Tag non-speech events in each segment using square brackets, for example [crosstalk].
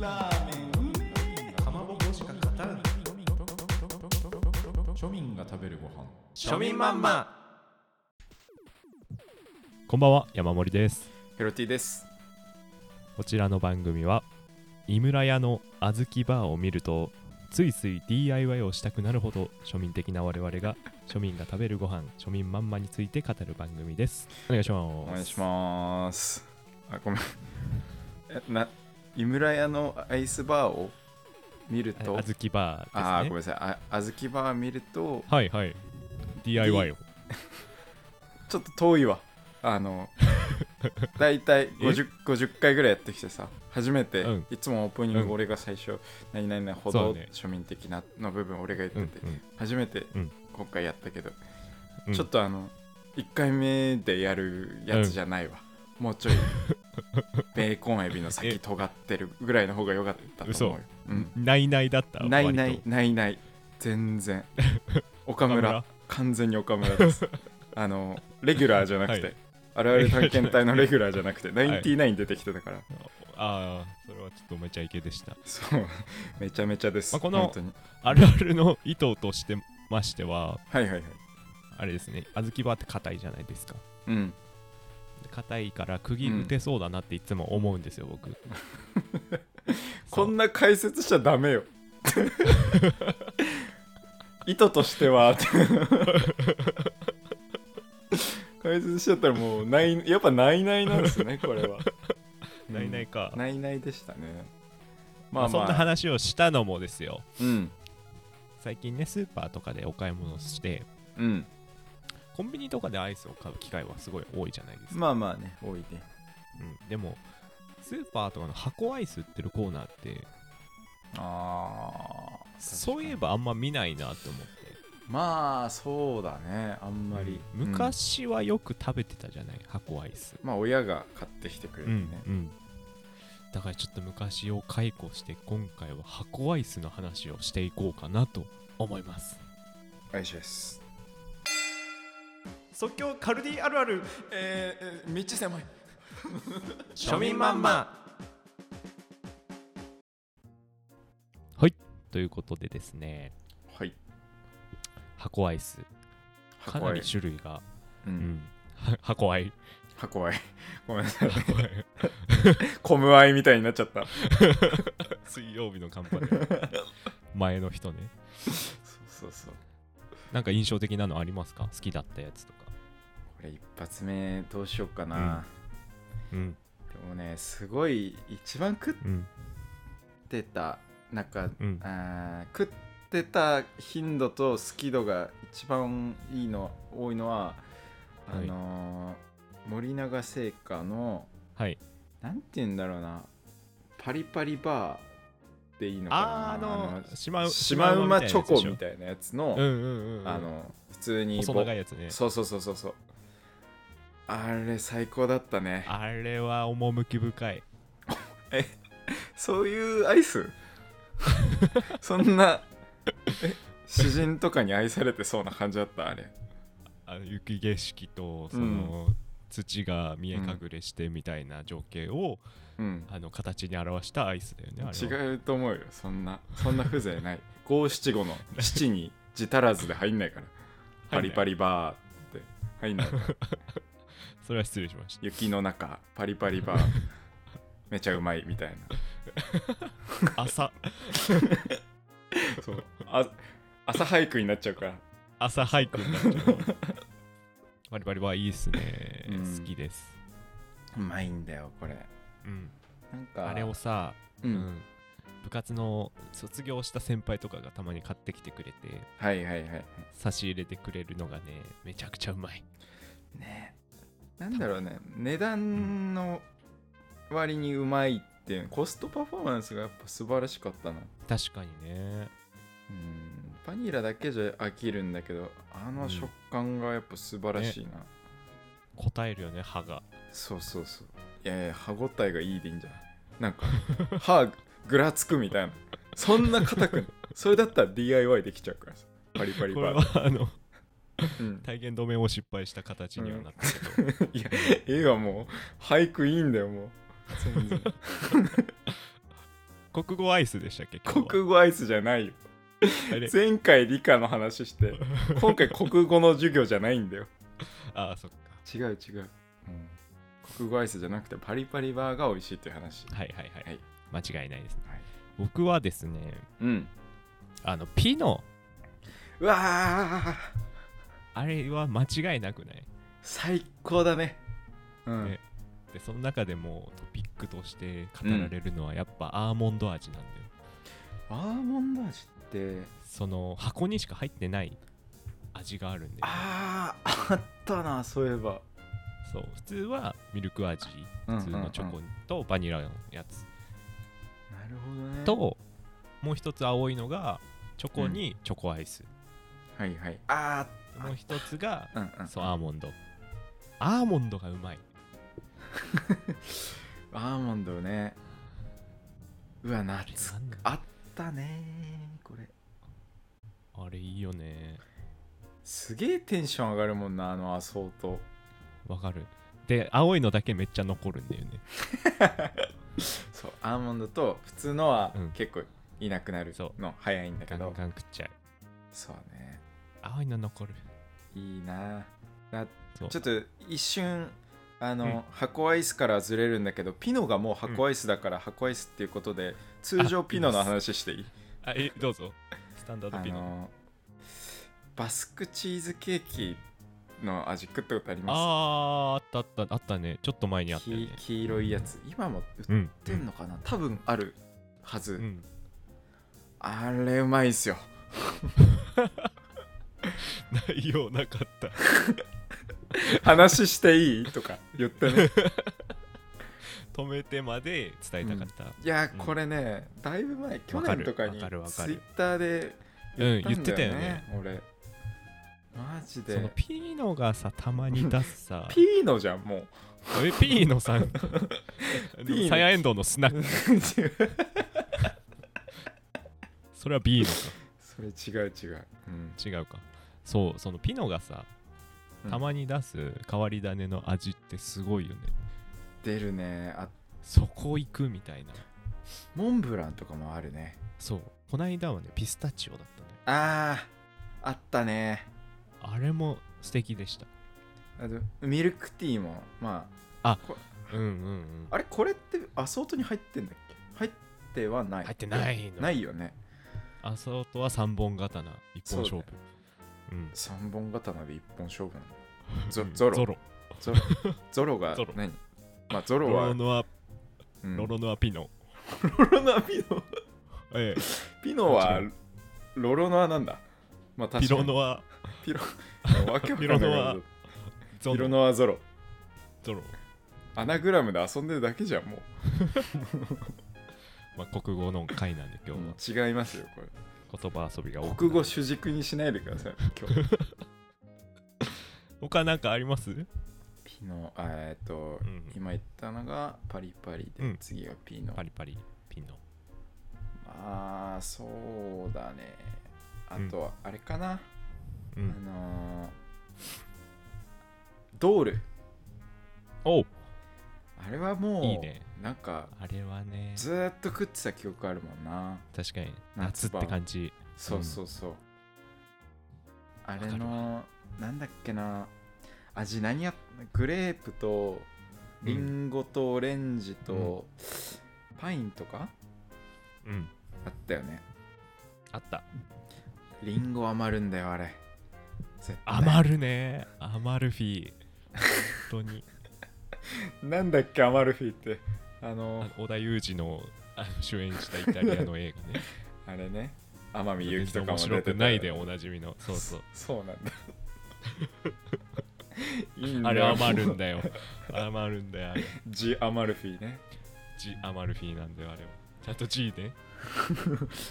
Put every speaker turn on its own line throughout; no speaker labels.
ラーメンうめえかまぼこしか勝たん
庶民が食べるご飯
庶民マンマ
こんばんは、山森です。
ヒロティです
こちらの番組は、井村屋の小豆バーを見ると、ついつい DIY をしたくなるほど庶民的な我々が庶民が食べるご飯庶民まんまについて語る番組です。お願いし
お
ます。
願いしますあごめん [laughs] えな井村屋のアイスバーを見ると、
はい小豆バ
あ
ー
ー
で
ご
す
めん
ね。
なさいあ小豆バー見ると
はいはい。DIY を。
ちょっと遠いわあ
[laughs]
のだいたい 50, 50回ぐらいやってきてさ初めて、
うん
いつもオープニン
うん
グ俺が最初、何々なほ
そ
ど
うね
庶民的なの部分俺が言って
う
て、
んうん
初めて
うん
今回やったけど、
うん
ちょっとあの1回目でやるやつじゃないわ、もう
[laughs]
ちょいベーコンエビの先尖ってるぐらいの方が良かったと思うよ、うん、
ないないだった。
ないな
割
い
と。
ないない全
[laughs]
然岡村
岡村
完全に岡村です
[laughs]
あのレギュラーじゃなくて、
はい
我々探検隊のレギュラーじゃなくて
い
99出てきてたから、
ああ、それはちょっとめちゃイケでした。
そうめちゃめちゃです、
まあこの
本当に
あるあるの意図としてましては、
はいはいはい
あれですね、小豆バーって硬いじゃないですか。
うん
硬いから釘打てそうだなっていつも思うんですよ、僕
こ
そ
ん
う
な解説しちゃダ [laughs] メよ意図としてはって解説しちゃったらもうないやっぱないないなんです [laughs] ねこれは
ないないか、まあ
ないないでしたねま
ま
あ
あそ
ま
んな
あ
話をしたのもですよ
うん
最近ねスーパーとかでお買い物して
うん
コンビニとかでアイスを買う機会はすごい多いじゃないですか、
まあまあね、多いね。
うん、でもスーパーとかの箱アイス売ってるコーナーって
ああ。
そういえ。ばあんま見ないなって思って
まあ、そうだね、あんまり。
うん
うん
昔はよく食べてたじゃない箱アイス
まあ、親が買ってきてくれ
う
る
ん
ね。
うんだからちょっと昔を解雇して今回は箱アイスの話をしていこうかなと思います
愛しです。
即興カルディあるあるえーえー、めっちゃ狭い
庶民マンマ
ということでですね
はい。
箱アイスかなり種類が、
う。
うん [laughs] ん、は
[laughs]
箱アイ
箱愛。ごめんなさい。 [laughs]
箱アイ
コム愛みたいになっちゃった。
水曜日のカンパネ [laughs] 前の人ね
そうそうそう。
なんか印象的なのありますか好きだったやつとか
これ一発目どうしようかな。
うん
でもね、すごい、一番食っ
うん
てた、なんか、
うん
あー食ってた頻度と好き度が一番いいの多いのは、
はい
あのー森永製菓の
はい
なんて言うんだろうなパリパリバーでいいのかな
あーあのシマウ
シマウマチョコみ
い
たいなやつの、
なうんうんうん、うん、
あの普通に
細
ぼ
長いやつね
そうそうそうそうそうあれ最高だったね
あれは趣深い
そういうアイス [laughs] そんなえ詩人とかに愛されてそうな感じだったあれ
あの雪景色とその、土が見え隠れしてみたいな情景を、
うん
あの形に表したアイスだよねあれは
違うと思うよそんなそんな風情ない五七五の七に字足らずで入んないからパリパ
リ
リバーって入んないから
それは失礼しました
雪の中パリパリバーめちゃうまいみたい [laughs]
朝
なそうあ朝俳句になっちゃうから
朝俳句になっちゃう
[laughs]
バリバリはいいっすね、
うん
好きです、
うまいんだよこれ
うん、
なんか
あれをさ、
う、
うんん部活の卒業した先輩とかがたまに買ってきてくれて
はいはいはい
差し入れてくれるのがねめちゃくちゃうまい
ねなんだろうね値段の割にうまいっていうコストパフォーマンスがやっぱ素晴らしかったな
確かにね
うんバニラだけじゃ飽きるんだけどあ
う
の
ん
食感がやっぱ素晴らしいな、
答えるよね歯が
そうそうそういやいや歯ごたえがいいでいいんじゃないなんか歯ぐらつくみたいなそんな硬くないそれだったら DIY できちゃうからさパリパリ
こ
パ
れ
ー
はあの
うん、
体現止めを失敗した形にはなったけど、
いや絵はもう俳句いいんだよもう全然
国語アイスでしたっけ今日は
国語アイスじゃないよ
あれ
前回理科の話
[laughs]
して今回国語の授業じゃないんだよ
ああそっか
違う違う、国語アイスじゃなくてパリパリバーが美味しいっていう話
はいはいはい、
はい
間違いないです、
はい
僕はですね
うん
あのピノ
うわー
あれは間違いなくない
最高だねうん
ねでその中でもトピックとして語られるのはやっぱアーモンド味なんだよ、
アーモンド味って
その箱にしか入ってない味があるんで
あーあったなそういえば
そう普通はミルク味
うん
普通のチョ
うん
コとバニラのや
う
つ、
んなるほどね
ともう一つ青いのがチョコにチョコアイス、
はいはいあ
もう一つが
あうんうん
そうアーモンドアーモンドがうまい
アーモンドねうわ
あれ
夏
なんだ
あったねこれ
あれいいよね
すげえテンション上がるもんなあのアソート
わかるで青いのだけめっちゃ残るんだよね
そうアーモンドと普通のは
うん
結構いなくなる
そ
の早いんだけ
ガ
ど、
ンガン食っちゃう
そうね
青いの残る
いいなな
そう
ちょっと一瞬あの、
うん
箱アイスからずれるんだけどピノがもう箱アイスだから箱アイスっていうことで、通常ピノの話していい
あえどうぞスタンダー
あ
ドピノ
のバスクチーズケーキの味食ったことあります
あーあったあったあったねちょっと前にあったよね
き黄色いやつ今も売っ
うん
てんのかな、多分あるはず、
うん [laughs]
あれうまいっすよ
内容なかった
話していいとか言ってね
止めてまで伝えたかった
[laughs] いや
うん
これね、だいぶ前去
わか
年
る
とかに
わ
ツイ
かるわかる
ッターで
うん、
言っ
言ったて
ん
た
だよ
よ
ね
ね、
俺マジ
その
で
ピーノがさたまに出すさ
[laughs] ピーノじゃんもう
えピーノさ
[laughs]
ん
ーノ
サヤエンドウのス
[laughs]
ナックそれはビーノ
それ違う違う、うん
か違うかそうそのピノがさ
うん
たまに出す変わり種の味ってすごいよね、
出るねあ
そこ行くみたいな
モンブランとかもあるね
そうこないだはねピスタチオだったね
あーあったね
あれも素敵でした
あとミルクティーもま
うんうんうん
ああれこれってアソートに入ってんだっけ入ってはない
入ってないの
ないよね
アソートは3本刀一本勝負,、
そう
ん
3本刀で1本勝負なのゾ
うん
ゾロ
ゾロ
ゾロゾロが
ゾロ
何まあゾ
ロ
ロは
ロノア
うん
ロロノアピノ、
ロロナピノ
ええ
ピノは
違
ロロノアなんだ。まあ、確
ピ
か
ロ
に
ノア
ピロわけわかんない
ピロノアゾ
ピロ
ロ
ノアゾロ。
ゾロ
アナグラムで遊んでるだけじゃん、もう。
まあ、国語の回なんで今日は
違いますよ、こ
言葉遊びが多
れ。国
くな
語
る
主軸にしないでください、今日。
他なんかあります
ピノ、あえっと、
うん
今言ったのがパリパリで、
うん
次がピノ
パ。リパリピンの
ああ、そうだね。あとは、あれかな、
う
あ
ん
のードール。
おう
あれはもう、
いいね
なんか、
あれはね
ずーっと食ってた記憶あるもんな。
確かに夏
夏
っ
場
て感じ
そうそうそう。あれ
わかる
の、なんだっけな、味何やっグレープと、リンゴとオレンジと、パインとか
うん
あったよね。
あった
リンゴ余るんだよ、あれ。絶対
余るねアマルフィ本
[laughs]
当に
なんだっけ、余るフィって。あの、
あ
あ
織田裕二のあの主演したイタリアの映
[laughs]
画ね
れね、天海
全
祐希と
然
かも
面
出
白
て
く
た
ないでおなじみのそうそう
そう
[laughs]
なんだ。いいんだ
あれ
よ
余るんだよ余るんだよあれ
ジ・アマルフィね。
ジ・アマルフィなんだよあれはちゃんと G ね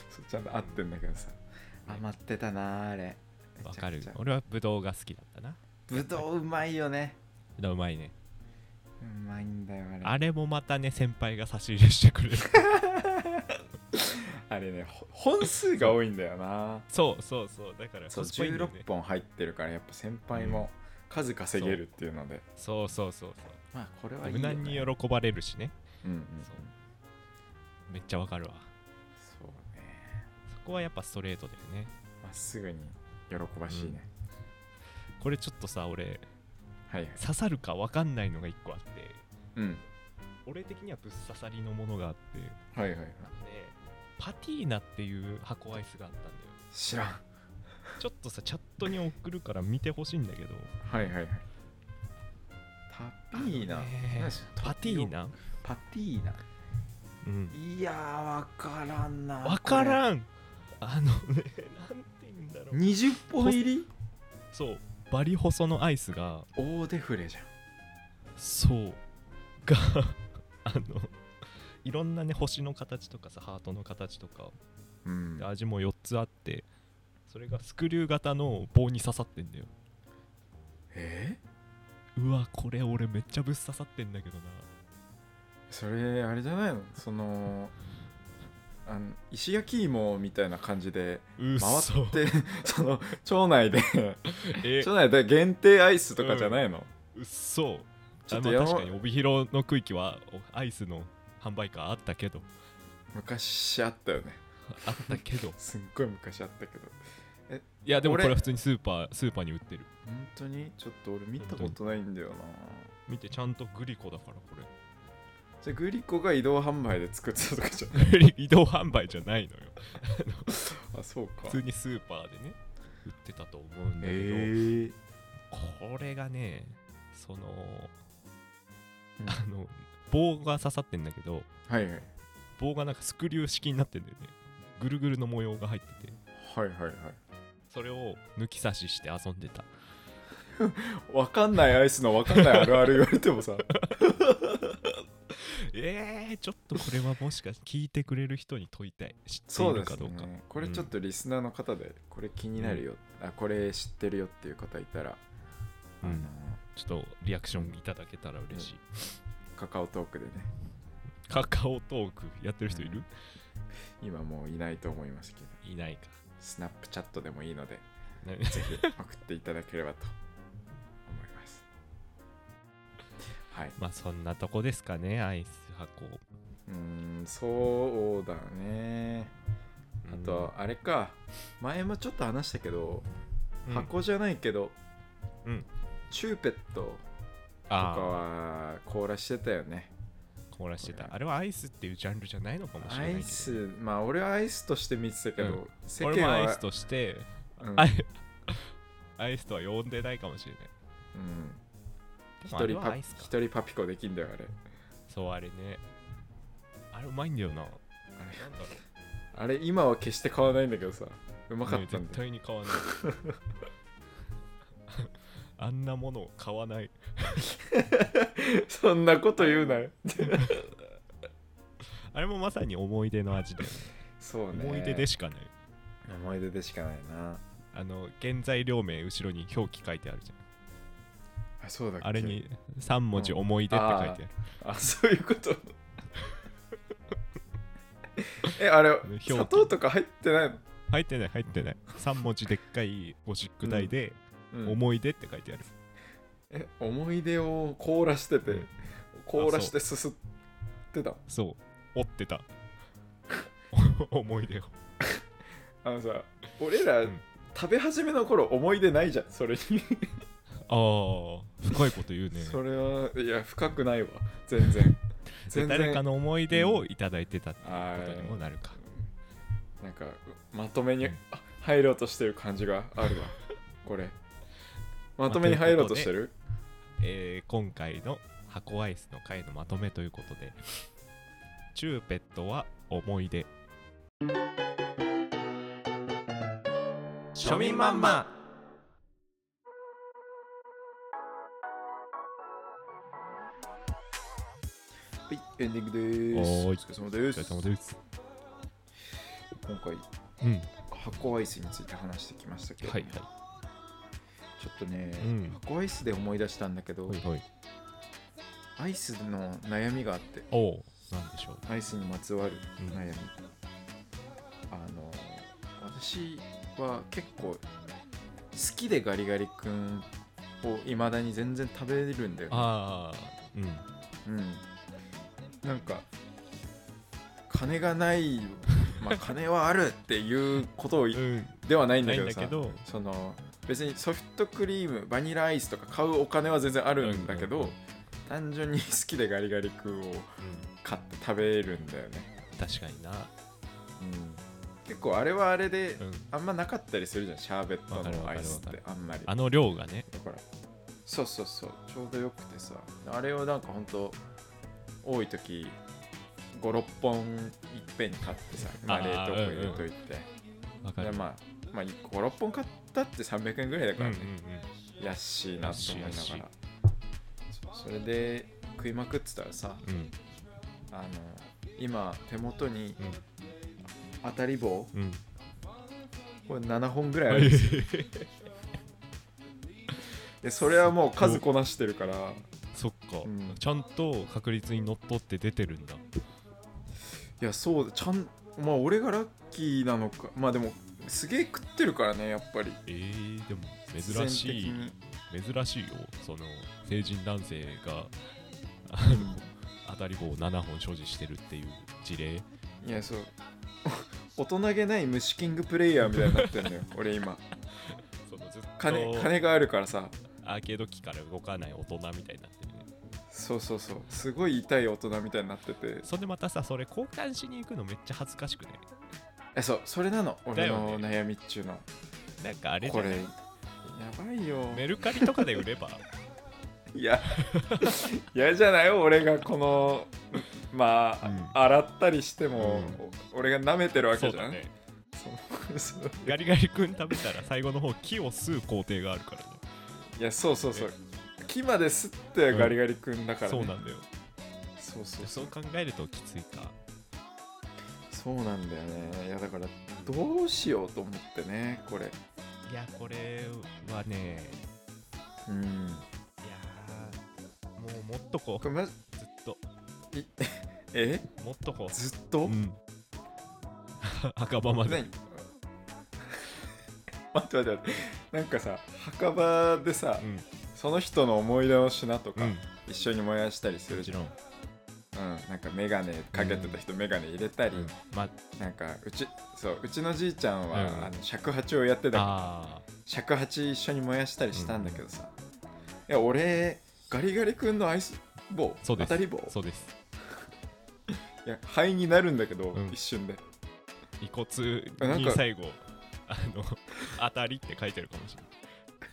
そうちゃんと合ってんだけどさ。余ってたな、あれ。
わかる
めちゃくちゃ
俺はブドウが好きだったな
ぶどううまいよね。
ブドウうまいね
うまいんだよあれ。
あれもまたね先輩が差し入れしてくれる [laughs]
あれね、ほ本数が多いんだよな。
そうそうそうだから
そう、
コスパいいんだよ
16
ね
本入ってるから、やっぱ先輩も数稼げるっていうので。
そうそうそう
まあ、これ
そう
はいい
無
よ、ね。
難に
ろ。
喜ばれるしね
うんうん
そうめっちゃわかるわこはやっぱストレートだよね
まっすぐに喜ばしいね、
これちょっとさ俺
はいはい
刺さるか分かんないのが1個あって
うん
俺的にはぶっ刺さりのものがあってで
はいはいはい
パティーナっていう箱アイスがあったんだよ
知らん
ちょっとさチャットに送るから見てほしいんだけど
はいはいはいタピーナ、
あのね
何し
パティーナ、
パティーナ
うん、
いやーわからんな
分か
ん
らんあのねなんて言うんだろう
20本入り
そうバリ細のアイスが
大デフレじゃん
そうが [laughs] あのいろんなね星の形とかさハートの形とか
うん
で味も4つあってそれがスクリュー型の棒に刺さってんだよ
え
うわこれ俺めっちゃぶっ刺さってんだけど
ー
な
それあれじゃないのそのあの石焼き芋みたいな感じで
うっ
回
そ
って [laughs] その町内で
え
町内で限定アイスとかじゃないの、
うっそ
ちょっ
あ
と
ま
や
あ
ば
確かに帯広の区域はおアイスの販売会あったけど [laughs]
昔あったよね
あったけど
すっごい昔あったけど
いやでもこ
俺
れは普通にスーパースーパーに売ってる
本当にちょっと俺見たことないんだよな
見てちゃんとグリコだからこれ [laughs]
じゃあグリコが移動販売で作ってたとかじゃん
移動販売じゃないのよ
あそうか
普通にスーパーでね売ってたと思うんだけど、
え
これがねその、
うん
あの棒が刺さってんだけど
ー、はいはい
棒がなんかスクリュー式になってんだよねぐるぐるの模様が入ってて
はいはいはい
それを抜き差しして遊んでた
わかんないアイスのわかんないあるある言われてもさ
えー、ちょっとこれはもしかして聞いてくれる人に問いたい知って
[laughs] そ
いうる
で
か
す
どうか
ねこれちょっとリスナーの方でこれ気になるよ、あこれ知ってるよっていう方いたら、
うん
あ
ちょっとリアクションいただけたら嬉しい、
のカカオトークでね
カカオトークやってる人いる、
今もういないと思いますけど
いないか [laughs]
スナップチャットでもいいので
な
ぜひ送っていただければと思います。はい。
まあそんなとこですかねアイス箱
うーん、そうだね。あと、あれか。前もちょっと話したけど、
うん
箱じゃないけど、
うん
チューペットとか
あ
は凍らしてたよね。
あ凍らして
こ
た
れ
あれはアイスっていうジャンルじゃないのかもしれな
ア
いけど
イス、まあ俺はアイスとして見てたけど、
うん
世
俺も
間は
アイスとして、
うん
アイアイスとは呼んでないかもしれない
うん
でも
一
あれ
人
は
パ
ア
ピ
イスか
一人パピコできんだよ、あれ。
そうあれねあれうまいんだよななんだろ
あれ、今は決して買わないんだけどさ、うま
う
かっ
ね
たん
絶
だよ。
対に買わない [laughs] あんなものを買わない
[laughs] そんなこと言うなよ。
あれもまさに思い出の味だよね
そうね。
思い出でしかない
思い出でしかないな。
あの原材料名後ろに表記書いてあるじゃ
あ、そうだっけ
んあれに3文字思い出って書いてある、
あ、そういうこと。 [laughs] え、あれ
表、記
砂糖とか入ってないの、
入ってない入ってない3文字でっかいゴシック体で
うん
思い出って書いてある、
え思い出を凍らしてて、
うん
凍らしてすすってた。
そう、追ってた。思い出を。
あのさ、俺ら、
うん
食べ始めの頃思い出ないじゃん、それに。
ああ、深いこと言うね。
[laughs] それは、いや、深くないわ、全
[laughs]
然。全
誰か
然、
の思い出をいただいてたって
あ
ことにも
ー
なるか。
なんか、まとめに
うん
あ入ろうとしてる感じがあるわ、これ。まとめに入ろうとしてる
えー今回の箱アイスの回のまとめということで、チューペットは思い出。
庶民マンマ
はい、エンディングでーす。
おーい
お疲
お
れ様で
疲れ
す。
様です。
今回、
うん、
箱アイスについて話してきましたけど、
はいはい。
ちょっとね、
うん
箱アイスで思い出したんだけど、
ほいほい。
アイスの悩みがあって、
おお、なんでしょう。
アイスにまつわる
うん
悩み。あの、私は結構、好きでガリガリ君をいまだに全然食べれるんだよね、
ああ、うん。
うん、なんか金がないまあ、金はあるっていうことをい
うん、
ではないんだ
ない
け
ん
ど
だ
さ
けど、
その別にソフトクリームバニラアイスとか買うお金は全然あるんだけど、
うんうん
単純に好 [laughs] きでガリガリ君を
うん
買って食べるんだよね、
確かにな、
結構あれはあれで、
うん、
あんまなかったりするじゃんシャーベットのアイスっ
わかる
てあんまり
あの量がね、
だからそうそうそうちょうどよくてさあれをなんかほんと多い時56本いっぺんに買ってさ、まあ、
あ
冷
ー
凍庫に入れといて、
わか
で
る。
まあ、まあ、56本買ったって300円ぐらいだ
う
か
んう
らね
んうん、
安いなと思いな
安い安
が
い
らそうそれで食いまくってたらさ
うん
あの今手元に
うん
当たり棒
[laughs] うん。
これ7本ぐらいあるんですよでそれはもう数こなしてるから
そっか、
うん
ちゃんと確率にのっとって出てるんだ。
いやそうちゃんまあ俺がラッキーなのかまあでもすげえ食ってるからねやっぱり
えー、でも珍しい、珍しいよ。その成人男性が
必
[laughs]
然的に
当たり棒を7本所持してるっていう事例。
うんいやそう [laughs] 大人げない虫キングプレイヤーみたいになってんだよ俺今
そのずっと
金金があるからさ
アーケード機から動かない大人みたいになってるね。
そうそうそうすごい痛い大人みたいになってて
それでまたさ、それ交換しに行くのめっちゃ恥ずかしくね。
えそうそれなの
だ
俺
よね
の悩みっちゅうの、
なんかあれじ
こ
ゃな
れや
い
ばいよ
メルカリとかで売
[laughs]
れば
い
[laughs]
や嫌じゃない俺がこのまあ、
うん
洗ったりしても、お俺が舐めてるわ
そ
け
う
じゃ
だ
ん
ね。
そう
ガリガリ君食べたら最後の方木を吸う工程があるからね。
いやそうそうそう木まですってガリガリ君だから、ね
そうなんだよ。
そうそうそ
そうう考えるときついか。
そうなんだよねいやだからどうしようと思ってねこれ
いや、これはね、
うん
いやー、もう持っとこ
これま
う、ずっと。
え
持っとこう。
ずっと、
うん。 [laughs] 赤羽まで。
何 [laughs] 待って待って待ってなんかさ墓場でさ、
うん。
その人の思い出の品とか、
うん。
一緒に燃やしたりする
も
じ
ち
ゃん、
ろん。
うん、なんかメガネかけてた人メガネ入れたり、
うん。ま
なんかうちそううちのじいちゃんは、
うん
あの尺八をやってたから
あ
尺八一緒に燃やしたりしたんだけどさ、いや俺ガリガリ君のアイス棒
そうです
当たり棒
ー、そうです。
いや肺になるんだけど、
うん
一瞬で
遺骨
あなん
に
か
最後、 [laughs] あの、当たりって書いてるかもし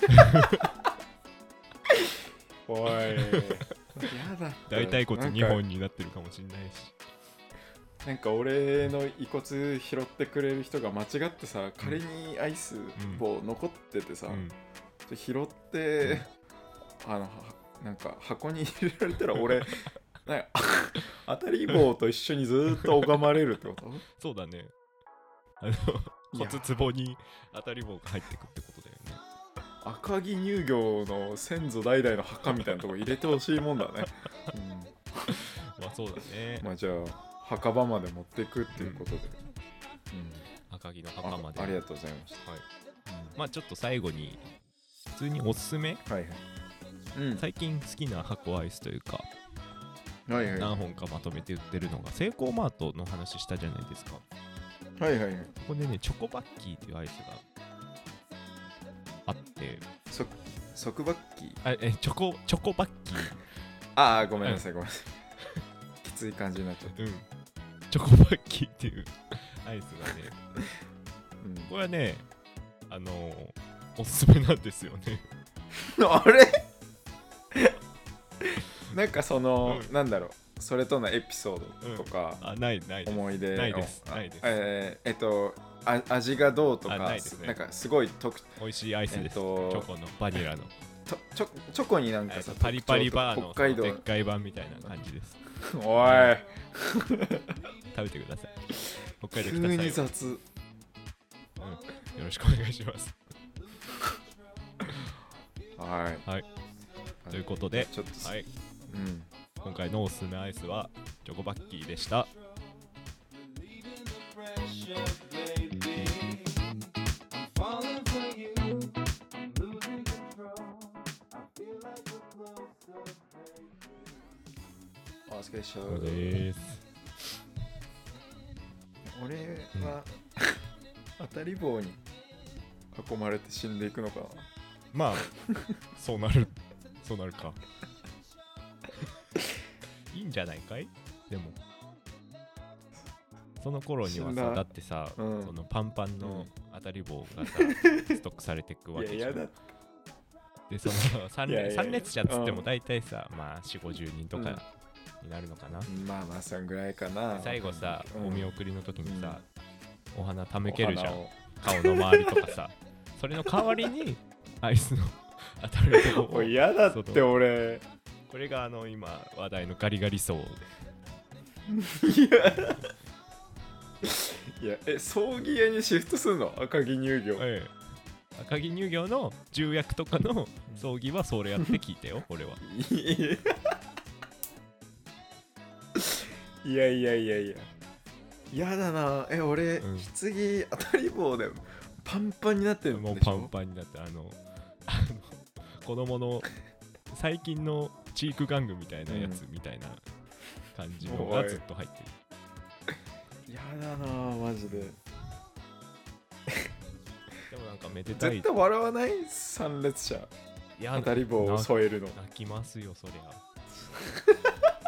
れない。
おい [laughs] やだって
大腿骨
な
2
んか
本になってるかもしれないし。
なんか俺の遺骨拾ってくれる人が間違ってさ仮にアイス棒残っててさ、
うん。
で拾って、あのはなんか箱に入れられたら
[laughs]
俺なんか [laughs] あ当たり棒と一緒にずーっと拝まれるってこと
そうだね。あの、
や
骨壺に当たり棒が入ってくってことだよね。
赤城乳業の先祖代々の墓みたいなとこ入れてほしいもんだね、
まあそうだね
うん、。まあじゃあ墓場まで持っていくっていうことで、
赤城の
うん
墓まで。
あありがとうございまし
はい、
た、
まあちょっと最後に、普通におすすめ、
はいはいうん、
最近好きな箱アイスというか、
はいはい
何本かまとめて売ってるのが、セイコーマートの話したじゃないですか。こ
はいはいはい
こでね、チョコバッキーっていうアイスがあって、
そ束縛機
あえチョコチョコバッ
[laughs]
キー、
ああごめんなさいごめんなさい [laughs] きつい感じになっちゃった、
うん、チョコバッキーっていうアイスがね、
うん
これはね、あのーおすすめなんですよね。 [laughs]
あれ [laughs] なんかその、
う
なんだろうそれとのエピソードとか、
あ、ないないです。
思い出の
ないです
あ
ないです
えーえっとあ味がどうとか
あないですね
なんかすごい特
美味しいアイスです。
えっ
チ
と
ョコのバニラの。
とチョチョコになん
え
か
っと
さ、
パリパリバーの
特徴と
その
か
でっかい版みたいな感じです。
北海道おい
食べてください。北海道
急
来た際は
に雑
うんよろしくお願いします。
はい
はいということで、
ちょっと、
はい、
うん
今回のおすすめアイスはチョコバッキーでした。
お疲れ様
です。
お俺は当たり棒に囲まれて死んでいくのかな
まあそうなるそうなるかいいんじゃないかいでもその頃には
死ん
さ
だ
だってさ、
うん
そのパンパンの当たり棒がさ、ストックされてくわけ
い
じゃ
や
ん
いやだ
でその 3,
いやいやいや
列車っつって
う
も
ん
大体さ、まあ4 5 0人とかになるのかな、
まあまあそんぐらいかな
最後さ、
うん
お見送りの時にさ、お花ためけるじゃ
お
ん顔の周りとかさそれの代わりにアイスの当たり棒
花を
を
おい嫌だって俺
これがあの今話題のガリガリ
い
層
やえ葬儀屋にシフトすんの赤木乳 [laughs] 業
ええ赤城乳業の重役とかの葬儀はそれやって聞いてよ俺はい
やいやいやいや嫌だなえ俺、
うん
棺当たり棒でパンパンになってるんでしょ
もうパンパンになってあのあの子供の最近のチーク玩具みたいなやつみたいな感じのがずっと入ってる
嫌だなマジで
でもなんかめでたい
絶対笑わない参列者
いや
当たり棒を添えるの
泣きますよそりゃ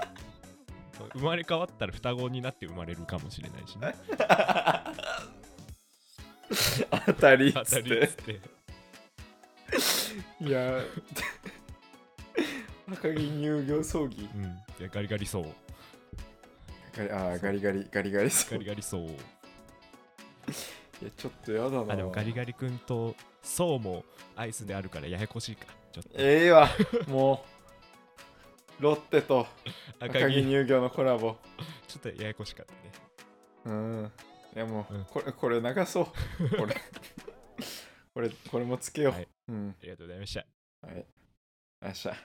[laughs] 生まれ変わったら双子になって生まれるかもしれないしね
当たりっ [laughs]
当
つ
た
っ
りっ
て
つって
いや赤木乳業葬儀
うんいやガリガリそう
ガリあーガリガリガリガリそ
ガ
う
リガリそう
いやちょっとやだな
あでもガリガリ君とそうもアイスであるからややこしいかちょっと
ええわもうロッテと赤
赤
木
木
乳業のコラボ
ちょっとややこしかったね
うんいやもう、
うん
これこれ流そう
[laughs]
これこれこれもつけよう、
はい
うん
ありがとうございました
はいあっしゃ